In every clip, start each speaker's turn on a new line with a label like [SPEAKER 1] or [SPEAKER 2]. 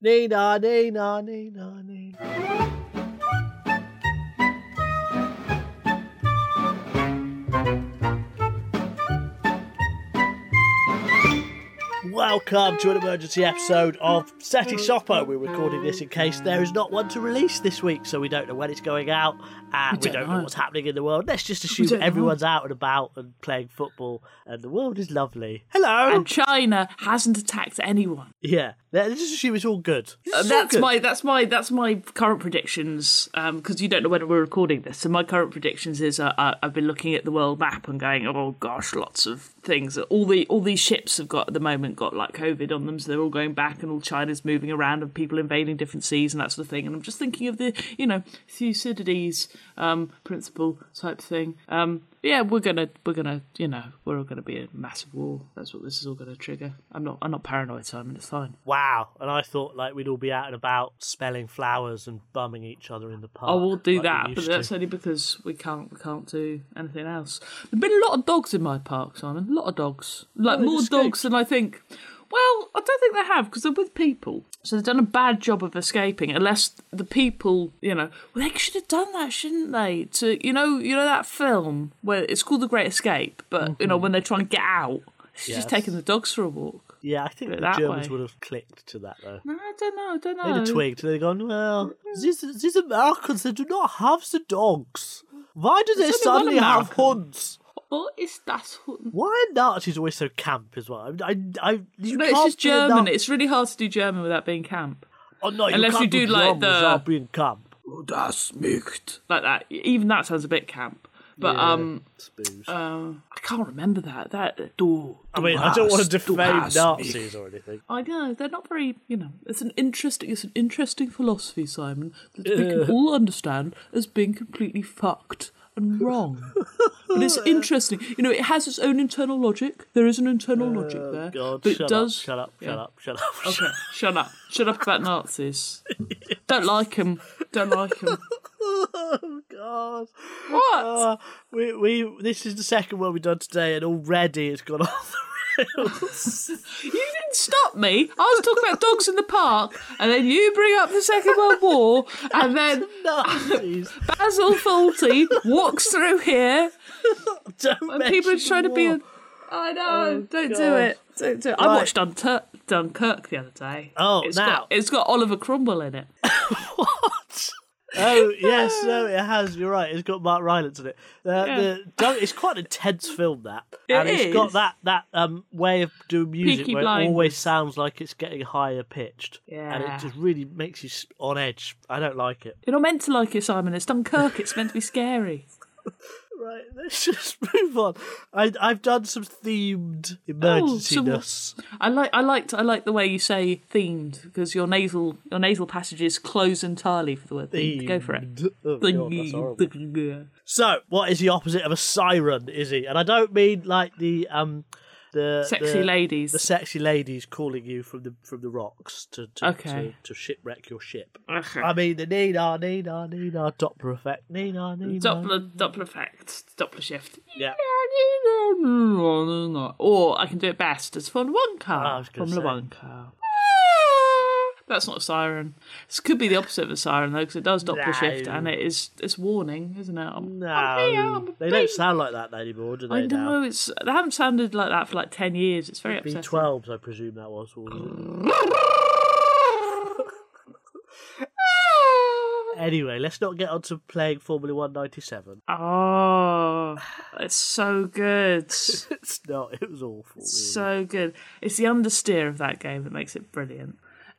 [SPEAKER 1] Nee, na, nee, na, nee, na, nee. na. Welcome to an emergency episode of Seti Sopo. We're recording this in case there is not one to release this week, so we don't know when it's going out, and we don't, know. what's happening in the world. Let's just assume
[SPEAKER 2] don't know.
[SPEAKER 1] everyone's out and about and playing football, and the world is lovely. Hello.
[SPEAKER 2] And China hasn't attacked anyone.
[SPEAKER 1] yeah, let's just assume it's all good. It's
[SPEAKER 2] Uh,
[SPEAKER 1] all
[SPEAKER 2] that's
[SPEAKER 1] good.
[SPEAKER 2] my that's my that's my current predictions because you don't know when we're recording this. So my current predictions is uh, uh, I've been looking at the world map and going, oh gosh, lots of things. All the all these ships have got at the moment got like COVID on them, so they're all going back and all China's moving around and people invading different seas and that sort of thing. And I'm just thinking of the you know Thucydides um, principle type thing. Um, yeah, we're gonna we're gonna you know we're all gonna be in a massive war. That's what this is all gonna trigger. I'm not I'm not paranoid, Simon. It's fine.
[SPEAKER 1] Wow. And I thought like we'd all be out and about smelling flowers and bumming each other in the park.
[SPEAKER 2] I will Oh, do
[SPEAKER 1] like we
[SPEAKER 2] that, but
[SPEAKER 1] used
[SPEAKER 2] that's
[SPEAKER 1] to.
[SPEAKER 2] only because we can't we can't do anything else. There've been a lot of dogs in my park, Simon. A lot of dogs, like
[SPEAKER 1] they've
[SPEAKER 2] more dogs than I think. Well, I don't think they have because they're with people, so they've done a bad job of escaping. Unless the people, you know, well, they should have done that, shouldn't they? To you know, you know that film where it's called The Great Escape, but you know when they try and get out, it's
[SPEAKER 1] Mm-hmm. Yes.
[SPEAKER 2] just taking the dogs for a walk.
[SPEAKER 1] Yeah, I think the
[SPEAKER 2] that
[SPEAKER 1] Germans
[SPEAKER 2] way.
[SPEAKER 1] would have clicked to that though.
[SPEAKER 2] No, I don't know. I don't know.
[SPEAKER 1] They'd have twigged. They'd have gone, well, these, these Americans, they do not have the dogs. Why do they
[SPEAKER 2] only
[SPEAKER 1] suddenly
[SPEAKER 2] one
[SPEAKER 1] have
[SPEAKER 2] American."
[SPEAKER 1] hunts?
[SPEAKER 2] What is that?
[SPEAKER 1] Why are Nazis always so camp as well? I, I, I- you
[SPEAKER 2] No,
[SPEAKER 1] can't
[SPEAKER 2] it's just
[SPEAKER 1] be a
[SPEAKER 2] German.
[SPEAKER 1] Nazi-
[SPEAKER 2] It's really hard to do German without being camp.
[SPEAKER 1] oh, no, you
[SPEAKER 2] unless
[SPEAKER 1] can't
[SPEAKER 2] you do, like, the-
[SPEAKER 1] without being camp.
[SPEAKER 2] Das nicht. Like that. Even that sounds a bit camp. But um,
[SPEAKER 1] It's booze.
[SPEAKER 2] um, I can't remember that. That du.
[SPEAKER 1] I mean, I don't want to defame Nazis or anything.
[SPEAKER 2] I know they're not very. You know, it's an interesting. It's an interesting philosophy, Simon, that we can all understand as being completely fucked and wrong. But it's interesting. You know, it has its own internal logic. There is an internal logic there.
[SPEAKER 1] Oh, God,
[SPEAKER 2] but
[SPEAKER 1] shut
[SPEAKER 2] it does.
[SPEAKER 1] up, shut up, shut
[SPEAKER 2] yeah.
[SPEAKER 1] up, shut up.
[SPEAKER 2] Okay, shut up. Shut up about Nazis. Don't like him. Don't like him.
[SPEAKER 1] oh, God.
[SPEAKER 2] What?
[SPEAKER 1] Uh, we, we, this is the second one we've done today, and already it's gone off the rails.
[SPEAKER 2] you didn't stop me. I was talking about dogs in the park, and then you bring up the Second World War, and then
[SPEAKER 1] Nazis.
[SPEAKER 2] Basil Fawlty walks through here,
[SPEAKER 1] Don't
[SPEAKER 2] and people are
[SPEAKER 1] mention
[SPEAKER 2] trying to be.
[SPEAKER 1] war.
[SPEAKER 2] A... I know. don't do
[SPEAKER 1] Oh, God.
[SPEAKER 2] it. Don't do it. I
[SPEAKER 1] Right.
[SPEAKER 2] watched Duntur- Dunkirk the other day.
[SPEAKER 1] Oh,
[SPEAKER 2] it's
[SPEAKER 1] now.
[SPEAKER 2] got it's got Oliver Cromwell in it.
[SPEAKER 1] What? Oh yes, no, it has. You're right. It's got Mark Rylance in it. Uh, the, Dun- it's quite an intense film that, and it's got
[SPEAKER 2] is.
[SPEAKER 1] that that um, way of doing music
[SPEAKER 2] Peaky
[SPEAKER 1] where it
[SPEAKER 2] Blinders.
[SPEAKER 1] always sounds like it's getting higher pitched, and it
[SPEAKER 2] Yeah.
[SPEAKER 1] just really makes you s- on edge. I don't like it.
[SPEAKER 2] You're not meant to like it, Simon. It's Dunkirk. It's meant to be scary.
[SPEAKER 1] Right, let's just move on. I, I've done some themed
[SPEAKER 2] Oh,
[SPEAKER 1] emergenciness.
[SPEAKER 2] I like I liked I like the way you say themed because your nasal your nasal passages close entirely for the word themed. Go for it.
[SPEAKER 1] Themed. Oh, God, that's horrible.
[SPEAKER 2] Themed.
[SPEAKER 1] So, what is the opposite of a siren? Is he? And I don't mean like the um the
[SPEAKER 2] Sexy
[SPEAKER 1] the-
[SPEAKER 2] ladies.
[SPEAKER 1] the sexy ladies calling you from the from the rocks to to,
[SPEAKER 2] Okay.
[SPEAKER 1] to, to shipwreck your ship.
[SPEAKER 2] Okay.
[SPEAKER 1] I mean the nina nina nina Doppler effect nina nina.
[SPEAKER 2] Doppler Doppler effect. Doppler shift.
[SPEAKER 1] um, Yeah.
[SPEAKER 2] Or I can do it best as Formula One
[SPEAKER 1] Ah, I
[SPEAKER 2] car.
[SPEAKER 1] was gonna
[SPEAKER 2] Formula
[SPEAKER 1] say.
[SPEAKER 2] One car. That's not a siren. This could be the opposite of a siren though, because it does Doppler
[SPEAKER 1] No.
[SPEAKER 2] shift and it is it's warning, isn't it? I'm- I'm here, I'm a
[SPEAKER 1] No, they
[SPEAKER 2] bee.
[SPEAKER 1] don't sound like that anymore, do they?
[SPEAKER 2] I know
[SPEAKER 1] Now?
[SPEAKER 2] it's. They haven't sounded like that for like ten years. It's very upsetting.
[SPEAKER 1] B12s, I presume that was. what was it? anyway, let's not get on to playing Formula One ninety seven.
[SPEAKER 2] Oh, it's so good,
[SPEAKER 1] It's not. It was awful. Really.
[SPEAKER 2] so good. It's the understeer of that game that makes it brilliant.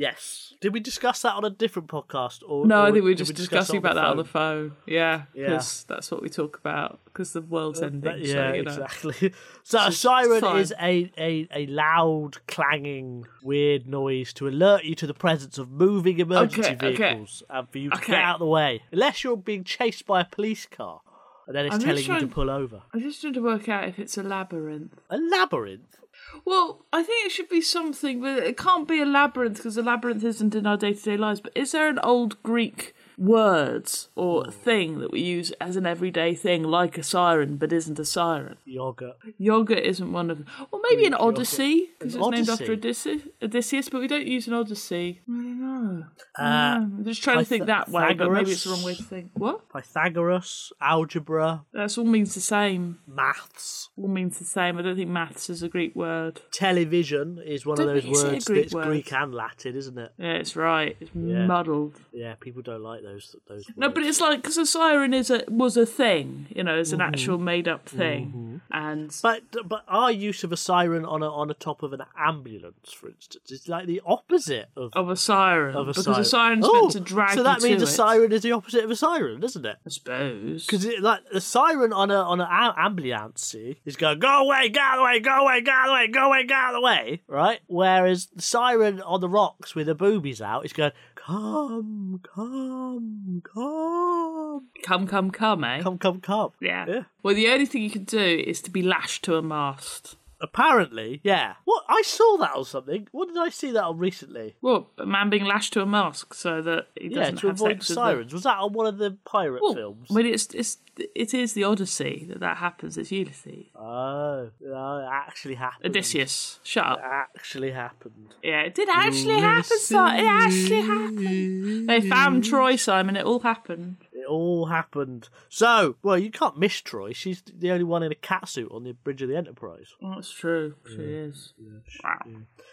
[SPEAKER 1] Yes. Did we discuss that on a different podcast? Or
[SPEAKER 2] No, I
[SPEAKER 1] or
[SPEAKER 2] think we were
[SPEAKER 1] did
[SPEAKER 2] just
[SPEAKER 1] discuss
[SPEAKER 2] discussing
[SPEAKER 1] it
[SPEAKER 2] about that on
[SPEAKER 1] phone?
[SPEAKER 2] the phone. Yeah,
[SPEAKER 1] Yeah.
[SPEAKER 2] because that's what we talk about. Because the world's ending.
[SPEAKER 1] But
[SPEAKER 2] so,
[SPEAKER 1] yeah,
[SPEAKER 2] you know.
[SPEAKER 1] exactly. So a siren
[SPEAKER 2] fine.
[SPEAKER 1] is a, a, a loud, clanging, weird noise to alert you to the presence of moving emergency
[SPEAKER 2] Okay, okay.
[SPEAKER 1] vehicles and for you to
[SPEAKER 2] Okay.
[SPEAKER 1] get out of the way. Unless you're being chased by a police car. And then it's
[SPEAKER 2] I'm just
[SPEAKER 1] telling you to
[SPEAKER 2] trying-
[SPEAKER 1] pull over.
[SPEAKER 2] I'm just trying to work out if it's a labyrinth.
[SPEAKER 1] A labyrinth?
[SPEAKER 2] Well, I think it should be something, but it can't be a labyrinth because a labyrinth isn't in our day to day lives. But is there an old Greek word or thing that we use as an everyday thing, like a siren, but isn't a siren?
[SPEAKER 1] Yogurt. Uh,
[SPEAKER 2] Yoga isn't one of them. Or maybe an odyssey, because
[SPEAKER 1] An
[SPEAKER 2] it's named after
[SPEAKER 1] odyssey?
[SPEAKER 2] Odysseus, Odysseus, but we don't use an odyssey. I don't know. No. Uh, I'm just trying to think that way, but maybe it's the wrong way to think. What?
[SPEAKER 1] Pythagoras, algebra,
[SPEAKER 2] That's all means the same.
[SPEAKER 1] maths.
[SPEAKER 2] All means the same. I don't think maths is a Greek word.
[SPEAKER 1] Television is one of
[SPEAKER 2] Don't-
[SPEAKER 1] those
[SPEAKER 2] is it a
[SPEAKER 1] words
[SPEAKER 2] Greek
[SPEAKER 1] that's
[SPEAKER 2] word?
[SPEAKER 1] Greek and Latin, isn't it?
[SPEAKER 2] Yeah, it's right. It's muddled.
[SPEAKER 1] Yeah, people don't like those. those
[SPEAKER 2] No, but it's like because a siren is a was a thing, you know, it's an
[SPEAKER 1] Mm-hmm.
[SPEAKER 2] actual made up thing, and
[SPEAKER 1] But but our use of a siren on a on a top of an ambulance, for instance, is like the opposite of
[SPEAKER 2] of a siren
[SPEAKER 1] of a
[SPEAKER 2] Oh, because
[SPEAKER 1] siren.
[SPEAKER 2] a siren's
[SPEAKER 1] Oh,
[SPEAKER 2] meant to drag
[SPEAKER 1] So that
[SPEAKER 2] you
[SPEAKER 1] means
[SPEAKER 2] to
[SPEAKER 1] a
[SPEAKER 2] it.
[SPEAKER 1] siren is the opposite of a siren, isn't it?
[SPEAKER 2] I suppose.
[SPEAKER 1] Because like the siren on a on an a- ambulance is going go away, go away, go away, go away, go away, go away, right? Whereas the siren on the rocks with her boobies out is going come, come, come,
[SPEAKER 2] Come, come, come, eh?
[SPEAKER 1] come, come, come.
[SPEAKER 2] Yeah.
[SPEAKER 1] yeah.
[SPEAKER 2] Well, the only thing you can do is to be lashed to a mast.
[SPEAKER 1] Apparently, yeah. What I saw that on something. What did I see that on recently?
[SPEAKER 2] Well, a man being lashed to a mast so that he
[SPEAKER 1] Yeah,
[SPEAKER 2] doesn't
[SPEAKER 1] to
[SPEAKER 2] have
[SPEAKER 1] avoid
[SPEAKER 2] sex with them.
[SPEAKER 1] sirens. Was that on one of the pirate
[SPEAKER 2] Well,
[SPEAKER 1] films?
[SPEAKER 2] I mean, it's it's it is the Odyssey that that happens. It's Ulysses,
[SPEAKER 1] Oh, no, it actually happened.
[SPEAKER 2] Odysseus. Shut up.
[SPEAKER 1] Actually happened.
[SPEAKER 2] Yeah, it did actually happen. Simon. It actually happened. They found Troy, Simon. It all happened.
[SPEAKER 1] It all happened. So, well, you can't miss Troy. She's the only one in a catsuit on the bridge of the Enterprise.
[SPEAKER 2] Well, that's Oh, true. She is. wow.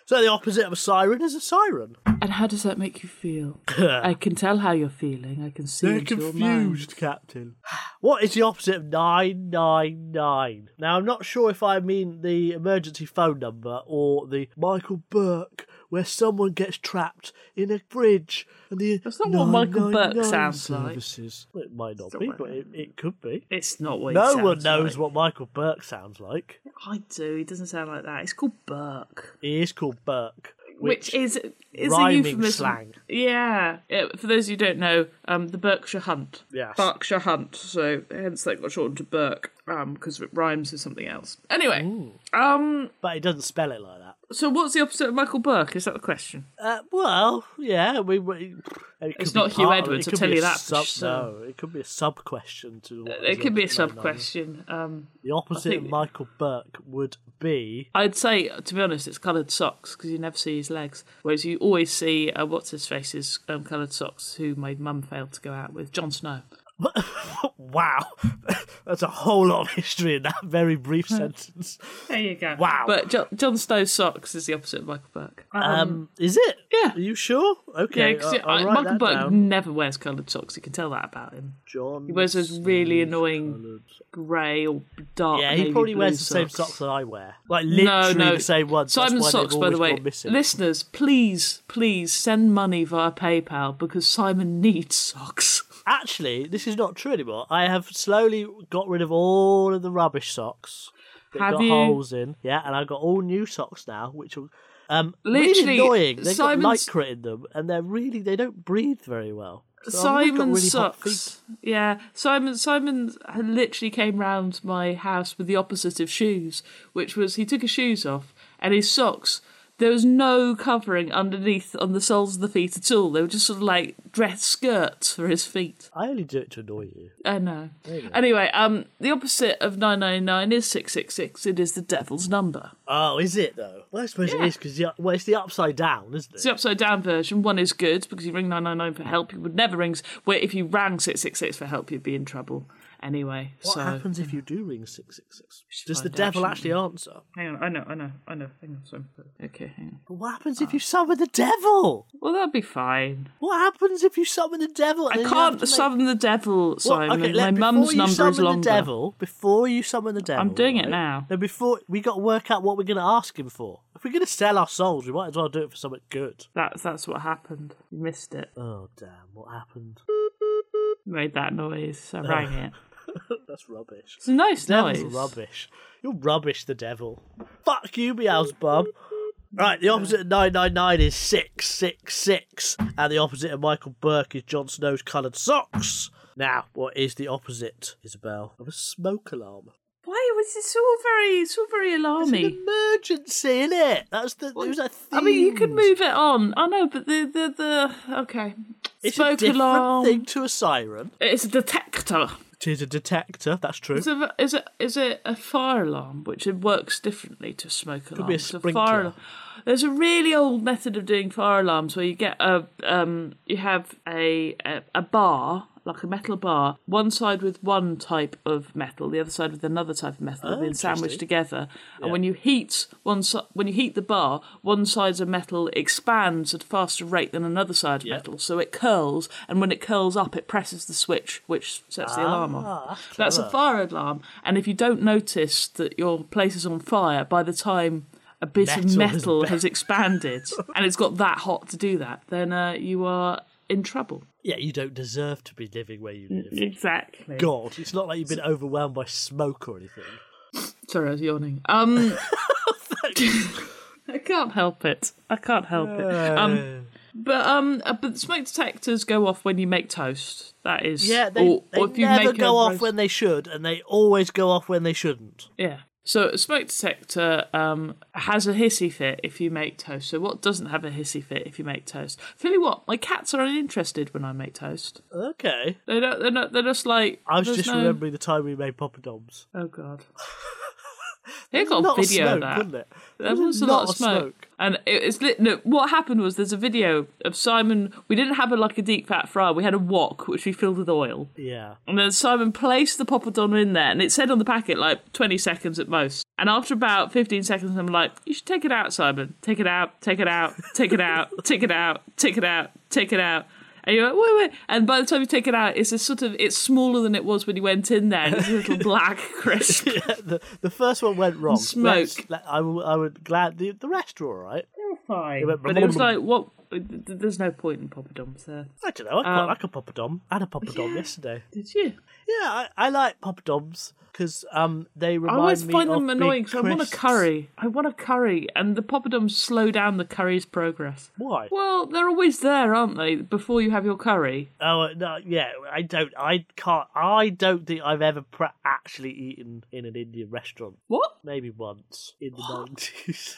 [SPEAKER 1] So the opposite of a siren is a siren.
[SPEAKER 2] And how does that make you feel? I can tell how you're feeling. I can see into your mind.
[SPEAKER 1] Captain. What is the opposite of 999? Now, I'm not sure if I mean the emergency phone number or the Michael Burke where someone gets trapped in a bridge and the
[SPEAKER 2] That's not what Michael Burke
[SPEAKER 1] 999
[SPEAKER 2] sounds like.
[SPEAKER 1] services. Well, It might not
[SPEAKER 2] That's
[SPEAKER 1] be,
[SPEAKER 2] not
[SPEAKER 1] but it, it could be.
[SPEAKER 2] It's not what. he
[SPEAKER 1] No
[SPEAKER 2] sounds
[SPEAKER 1] one knows
[SPEAKER 2] like.
[SPEAKER 1] what Michael Burke sounds like.
[SPEAKER 2] I do. He doesn't sound like that. It's called Burke,
[SPEAKER 1] He is called Burke,
[SPEAKER 2] which,
[SPEAKER 1] which,
[SPEAKER 2] is is a
[SPEAKER 1] rhyming
[SPEAKER 2] euphemism.
[SPEAKER 1] slang.
[SPEAKER 2] Yeah. yeah. For those who don't know, um, the Berkshire Hunt.
[SPEAKER 1] Yes.
[SPEAKER 2] Berkshire Hunt. So hence they got shortened to Burke, um, because it rhymes with something else. Anyway, um,
[SPEAKER 1] but he doesn't spell it like that.
[SPEAKER 2] so what's the opposite of Michael Burke? Is that the question?
[SPEAKER 1] Uh, well, yeah, we. we it
[SPEAKER 2] It's
[SPEAKER 1] could be
[SPEAKER 2] not Hugh
[SPEAKER 1] part of it.
[SPEAKER 2] Edwards,
[SPEAKER 1] It
[SPEAKER 2] I'll
[SPEAKER 1] could
[SPEAKER 2] tell
[SPEAKER 1] be
[SPEAKER 2] you
[SPEAKER 1] a
[SPEAKER 2] that for
[SPEAKER 1] Sub,
[SPEAKER 2] sure.
[SPEAKER 1] No, it could be a sub question to. what is
[SPEAKER 2] It could be a
[SPEAKER 1] opposite of
[SPEAKER 2] sub
[SPEAKER 1] 999.
[SPEAKER 2] question. Um,
[SPEAKER 1] The opposite
[SPEAKER 2] think-
[SPEAKER 1] of Michael Burke would be
[SPEAKER 2] I'd say, to be honest, it's coloured socks because you never see his legs, whereas you always see uh, what's his face's um, coloured socks, who my mum failed to go out with, Jon Snow.
[SPEAKER 1] wow. That's a whole lot of history in that very brief sentence.
[SPEAKER 2] There you go.
[SPEAKER 1] Wow.
[SPEAKER 2] But John, John Snow's socks is the opposite of Michael Burke.
[SPEAKER 1] Um, is it?
[SPEAKER 2] yeah.
[SPEAKER 1] Are you sure?
[SPEAKER 2] Yeah,
[SPEAKER 1] Okay.
[SPEAKER 2] 'cause
[SPEAKER 1] I- I'll
[SPEAKER 2] I-
[SPEAKER 1] write
[SPEAKER 2] Michael
[SPEAKER 1] that
[SPEAKER 2] Burke
[SPEAKER 1] down.
[SPEAKER 2] never wears coloured socks. You can tell that about him.
[SPEAKER 1] John.
[SPEAKER 2] He wears those really annoying grey or dark.
[SPEAKER 1] Yeah,
[SPEAKER 2] navy
[SPEAKER 1] he probably
[SPEAKER 2] blue
[SPEAKER 1] wears the same socks that I wear. Like literally the same ones. That's
[SPEAKER 2] Simon's
[SPEAKER 1] why they've
[SPEAKER 2] socks, by the
[SPEAKER 1] always
[SPEAKER 2] way.
[SPEAKER 1] gone missing.
[SPEAKER 2] Listeners, please, please send money via PayPal because Simon needs socks.
[SPEAKER 1] Actually, this is not true anymore. I have slowly got rid of all of the rubbish socks that
[SPEAKER 2] Have
[SPEAKER 1] got
[SPEAKER 2] you?
[SPEAKER 1] holes in. Yeah, and I've got all new socks now, which are um, really
[SPEAKER 2] Literally,
[SPEAKER 1] annoying. They've
[SPEAKER 2] Simon's-
[SPEAKER 1] got lycra in them, and they're really they don't breathe very well. So I've always got really hot
[SPEAKER 2] Simon
[SPEAKER 1] feet.
[SPEAKER 2] socks. Yeah, Simon. Simon literally came round my house with the opposite of shoes, which was he took his shoes off and his socks. There was no covering underneath on the soles of the feet at all. They were just sort of like dress skirts for his feet.
[SPEAKER 1] I only do it to annoy you.
[SPEAKER 2] I know. Anyway, um, the opposite of nine nine nine is six six six. It is the devil's number.
[SPEAKER 1] Oh, is it though? Well, I suppose
[SPEAKER 2] Yeah.
[SPEAKER 1] it is because well, it's the upside down, isn't it?
[SPEAKER 2] It's the upside down version. One is good because you ring 999 for help. You would never ring. Where if you rang 666 for help, you'd be in trouble. Anyway,
[SPEAKER 1] what
[SPEAKER 2] so.
[SPEAKER 1] happens if you do ring six six six? Does the
[SPEAKER 2] find out,
[SPEAKER 1] devil
[SPEAKER 2] shouldn't
[SPEAKER 1] actually answer?
[SPEAKER 2] Hang on, I know, I know, I know. Hang on, sorry. Okay, hang on.
[SPEAKER 1] But what happens
[SPEAKER 2] Ah.
[SPEAKER 1] if you summon the devil?
[SPEAKER 2] Well, that'll be fine.
[SPEAKER 1] What happens if you summon the devil? and
[SPEAKER 2] I
[SPEAKER 1] then you have
[SPEAKER 2] can't
[SPEAKER 1] to make-
[SPEAKER 2] summon the devil,
[SPEAKER 1] Well,
[SPEAKER 2] Simon.
[SPEAKER 1] okay,
[SPEAKER 2] My
[SPEAKER 1] let- before
[SPEAKER 2] mum's
[SPEAKER 1] you
[SPEAKER 2] number is
[SPEAKER 1] summon
[SPEAKER 2] longer.
[SPEAKER 1] The devil, before you summon the devil,
[SPEAKER 2] doing it now.
[SPEAKER 1] Then before we got to work out what we're going to ask him for. If we're going to sell our souls, we might as well do it for something good.
[SPEAKER 2] That's that's what happened. You missed it.
[SPEAKER 1] Oh damn! What happened?
[SPEAKER 2] Made that noise. I rang it.
[SPEAKER 1] That's rubbish.
[SPEAKER 2] It's a nice
[SPEAKER 1] Devil's
[SPEAKER 2] noise.
[SPEAKER 1] rubbish. You're rubbish, the devil. Fuck you, Beelzebub. Right, the opposite of 999 is 666, and the opposite of Michael Burke is Jon Snow's coloured socks. Now, what is the opposite, Isabel, of a smoke alarm?
[SPEAKER 2] Why was it's all very it's all very
[SPEAKER 1] It's an
[SPEAKER 2] alarmy?
[SPEAKER 1] emergency, innit? That's the. It was a theme.
[SPEAKER 2] I mean, you could move it on. I know, but the the the okay.
[SPEAKER 1] It's a
[SPEAKER 2] Smoke
[SPEAKER 1] different
[SPEAKER 2] alarm.
[SPEAKER 1] thing to a siren.
[SPEAKER 2] It's a detector.
[SPEAKER 1] It is a detector. That's true.
[SPEAKER 2] Is it is it is it a fire alarm, which it works differently to a smoke alarm?
[SPEAKER 1] be a
[SPEAKER 2] So
[SPEAKER 1] sprinkler.
[SPEAKER 2] alarm. There's a really old method of doing fire alarms where you get a um, you have a, a a bar like a metal bar, one side with one type of metal, the other side with another type of metal, and then sandwiched together. And when you heat one si- when you heat the bar, one side's of metal expands at a faster rate than another side of metal, so it curls. And when it curls up, it presses the switch, which sets the alarm off. That's a fire alarm. And if you don't notice that your place is on fire by the time a bit
[SPEAKER 1] Metal
[SPEAKER 2] of
[SPEAKER 1] has
[SPEAKER 2] metal
[SPEAKER 1] been-
[SPEAKER 2] has expanded and it's got that hot to do that, then uh, you are in trouble.
[SPEAKER 1] Yeah, you don't deserve to be living where you live.
[SPEAKER 2] Exactly.
[SPEAKER 1] God, it's not like you've been overwhelmed by smoke or anything.
[SPEAKER 2] Sorry, I was yawning. Um, I can't help it. I can't help it.
[SPEAKER 1] Uh,
[SPEAKER 2] Um, but um, uh, but smoke detectors go off when you make toast. That is
[SPEAKER 1] Yeah, they,
[SPEAKER 2] or,
[SPEAKER 1] they
[SPEAKER 2] or if you
[SPEAKER 1] never
[SPEAKER 2] make a
[SPEAKER 1] go off
[SPEAKER 2] roast-
[SPEAKER 1] when they should, and they always go off when they shouldn't.
[SPEAKER 2] yeah. So a smoke detector um, has a hissy fit if you make toast. So what doesn't have a hissy fit if you make toast? Tell you what, my cats are uninterested when I make toast.
[SPEAKER 1] Okay.
[SPEAKER 2] They don't. They're not. They're just like.
[SPEAKER 1] I was
[SPEAKER 2] there's
[SPEAKER 1] just
[SPEAKER 2] no-
[SPEAKER 1] remembering the time we made Papa Doms.
[SPEAKER 2] Oh god. They got a
[SPEAKER 1] Not
[SPEAKER 2] video
[SPEAKER 1] smoke,
[SPEAKER 2] of that.
[SPEAKER 1] wasn't it?
[SPEAKER 2] There was a lot of smoke. And it, it's lit, no, what happened was there's a video of Simon. We didn't have a, like a deep fat fryer. We had a wok which we filled with oil,
[SPEAKER 1] Yeah.
[SPEAKER 2] and then Simon placed the poppadom in there, and it said on the packet like 20 seconds at most. And after about 15 seconds, I'm like, you should take it out, Simon. Take it out. Take it out. Take it out. Take it out. Take it out. Take it out. And you're like, wait, wait. And by the time you take it out, it's a sort of it's smaller than it was when you went in there. And it's a little black crisp.
[SPEAKER 1] The, the first one went wrong.
[SPEAKER 2] Smoke.
[SPEAKER 1] Let's- let- I, would- I would glad the, the rest were all right.
[SPEAKER 2] Fine.
[SPEAKER 1] went
[SPEAKER 2] But it was like, what? There's no point in poppadoms there.
[SPEAKER 1] I don't know. I
[SPEAKER 2] Um,
[SPEAKER 1] quite like a Papa Dom. I had a Papa Dom yesterday.
[SPEAKER 2] Did you?
[SPEAKER 1] Yeah, I, I like Papa Doms because um, they
[SPEAKER 2] I
[SPEAKER 1] remind
[SPEAKER 2] always
[SPEAKER 1] me
[SPEAKER 2] find
[SPEAKER 1] of
[SPEAKER 2] them
[SPEAKER 1] big
[SPEAKER 2] annoying because I want a
[SPEAKER 1] crisps.
[SPEAKER 2] curry. I want a curry, and the poppadoms slow down the curry's progress.
[SPEAKER 1] Why?
[SPEAKER 2] Well, they're always there, aren't they? Before you have your curry.
[SPEAKER 1] Oh no, yeah, I don't. I can't. I don't think I've ever pra- actually eaten in an Indian restaurant.
[SPEAKER 2] What?
[SPEAKER 1] Maybe once in the nineties.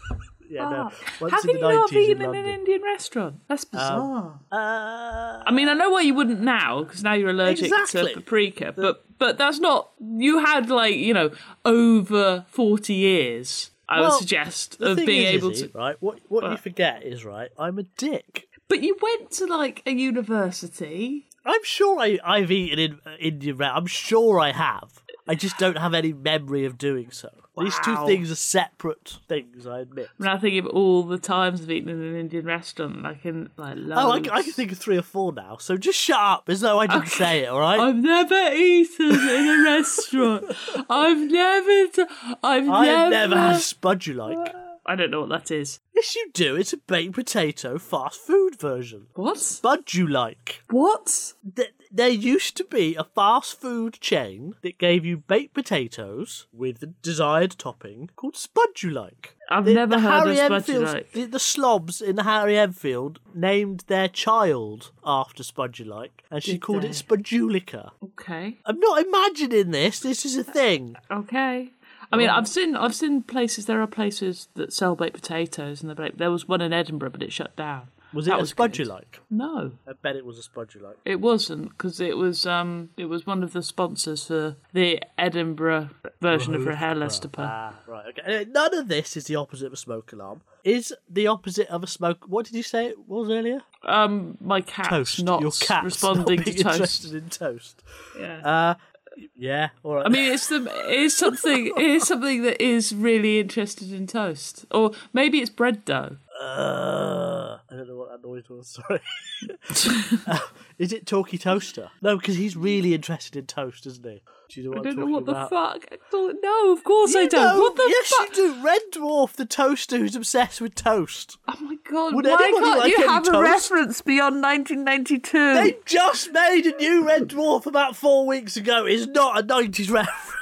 [SPEAKER 1] yeah, no.
[SPEAKER 2] Fuck.
[SPEAKER 1] Once
[SPEAKER 2] How
[SPEAKER 1] in
[SPEAKER 2] can
[SPEAKER 1] the
[SPEAKER 2] you not have
[SPEAKER 1] nineties in
[SPEAKER 2] eaten in an
[SPEAKER 1] London.
[SPEAKER 2] Indian restaurant? That's
[SPEAKER 1] Um,
[SPEAKER 2] bizarre.
[SPEAKER 1] uh,
[SPEAKER 2] I mean, I know why you wouldn't now, because now you're allergic
[SPEAKER 1] Exactly.
[SPEAKER 2] to paprika. But but that's not. You had like you know over forty years. I
[SPEAKER 1] Well,
[SPEAKER 2] would suggest
[SPEAKER 1] the
[SPEAKER 2] of
[SPEAKER 1] thing
[SPEAKER 2] being
[SPEAKER 1] is,
[SPEAKER 2] able
[SPEAKER 1] Izzy,
[SPEAKER 2] to.
[SPEAKER 1] right. What what you forget is right. I'm a dick.
[SPEAKER 2] But you went to like a university.
[SPEAKER 1] I'm sure I I've eaten in uh, Indian. re- I'm sure I have. I just don't have any memory of doing so. These two
[SPEAKER 2] Wow.
[SPEAKER 1] things are separate things. I admit.
[SPEAKER 2] I'm now thinking of all the times I've eaten in an Indian restaurant, like in like
[SPEAKER 1] Oh, I,
[SPEAKER 2] loads.
[SPEAKER 1] c- I can think of three or four now. So just shut up, as though I didn't say it. All right.
[SPEAKER 2] I've never eaten in a restaurant. I've never. T- I've,
[SPEAKER 1] I've never had a spud you like.
[SPEAKER 2] I don't know what that is.
[SPEAKER 1] Yes, you do. It's a baked potato fast food version.
[SPEAKER 2] What?
[SPEAKER 1] Spud you like.
[SPEAKER 2] What?
[SPEAKER 1] Th- there used to be a fast food chain that gave you baked potatoes with the desired topping called Spud you like.
[SPEAKER 2] I've
[SPEAKER 1] The-
[SPEAKER 2] never
[SPEAKER 1] the
[SPEAKER 2] heard
[SPEAKER 1] Harry
[SPEAKER 2] of
[SPEAKER 1] Enfield's-
[SPEAKER 2] spatula.
[SPEAKER 1] The, the slobs in the Harry Enfield named their child after Spud you like, and she
[SPEAKER 2] Did
[SPEAKER 1] called
[SPEAKER 2] they?
[SPEAKER 1] it Spudjulica.
[SPEAKER 2] Okay.
[SPEAKER 1] I'm not imagining this. This is a thing.
[SPEAKER 2] Okay. I mean, I've seen I've seen places. There are places that sell baked potatoes, and they're like, there was one in Edinburgh, but it shut down.
[SPEAKER 1] Was
[SPEAKER 2] That
[SPEAKER 1] it
[SPEAKER 2] was
[SPEAKER 1] a Spud
[SPEAKER 2] good.
[SPEAKER 1] you like?
[SPEAKER 2] No,
[SPEAKER 1] I bet it was a Spud you like.
[SPEAKER 2] it wasn't because it was um it was one of the sponsors for the Edinburgh version of Rahel
[SPEAKER 1] Ah, right, okay. Anyway, none of this is the opposite of a smoke alarm. Is the opposite of a smoke? What did you say it was earlier?
[SPEAKER 2] Um, my cat's
[SPEAKER 1] Toast.
[SPEAKER 2] not
[SPEAKER 1] Your cat's
[SPEAKER 2] responding
[SPEAKER 1] not
[SPEAKER 2] to
[SPEAKER 1] being
[SPEAKER 2] toast.
[SPEAKER 1] interested in toast.
[SPEAKER 2] Yeah.
[SPEAKER 1] Uh, yeah. All right.
[SPEAKER 2] I mean, it's the it's something it's something that is really interested in toast, or maybe it's bread dough.
[SPEAKER 1] uh, I don't know what that noise was. Sorry. Uh, is it Talkie Toaster? No, because he's really interested in toast, isn't he? Do you know what
[SPEAKER 2] I don't
[SPEAKER 1] am
[SPEAKER 2] know
[SPEAKER 1] talking
[SPEAKER 2] what the
[SPEAKER 1] about?
[SPEAKER 2] fuck. I don't- No, of course I
[SPEAKER 1] You
[SPEAKER 2] don't.
[SPEAKER 1] know-
[SPEAKER 2] what the
[SPEAKER 1] yes,
[SPEAKER 2] fuck?
[SPEAKER 1] you do. Red Dwarf, the toaster who's obsessed with toast.
[SPEAKER 2] Oh my god!
[SPEAKER 1] Would
[SPEAKER 2] why
[SPEAKER 1] anybody
[SPEAKER 2] can't
[SPEAKER 1] like
[SPEAKER 2] you
[SPEAKER 1] any
[SPEAKER 2] have a
[SPEAKER 1] toast?
[SPEAKER 2] reference beyond 1992?
[SPEAKER 1] They just made a new Red Dwarf about four weeks ago. It's not a 90s reference.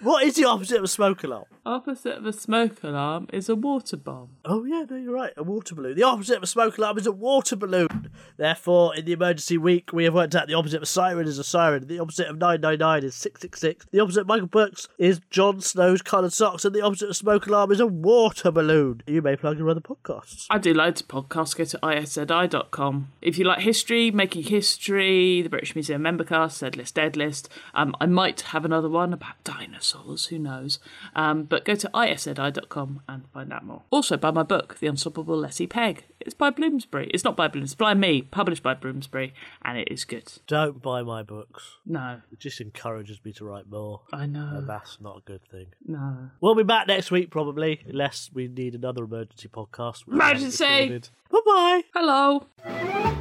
[SPEAKER 1] What is the opposite of a smoke alarm?
[SPEAKER 2] Opposite of a smoke alarm is a water bomb.
[SPEAKER 1] Oh, yeah, no, you're right. A water balloon. The opposite of a smoke alarm is a water balloon. Therefore, in the emergency week, we have worked out the opposite of a siren is a siren. The opposite of 999 is 666. The opposite of Michael Burke's is Jon Snow's coloured socks. And the opposite of a smoke alarm is a water balloon. You may plug your other podcasts.
[SPEAKER 2] I do loads of podcasts. Go to iszi.com. If you like history, Making History, the British Museum Membercast, Dead List, Dead List. Um, I might have another one about dinosaurs, who knows. Um, but go to isni.com and find out more. Also, buy my book, The Unstoppable Letty Peg. It's by Bloomsbury. It's not by Bloomsbury, by me, published by Bloomsbury, and it is good.
[SPEAKER 1] Don't buy my books.
[SPEAKER 2] No,
[SPEAKER 1] It just encourages me to write more.
[SPEAKER 2] I know,
[SPEAKER 1] And that's not a good thing.
[SPEAKER 2] no.
[SPEAKER 1] We'll be back next week, probably, unless we need another emergency podcast.
[SPEAKER 2] Emergency!
[SPEAKER 1] Bye bye.
[SPEAKER 2] Hello.
[SPEAKER 3] Thank you.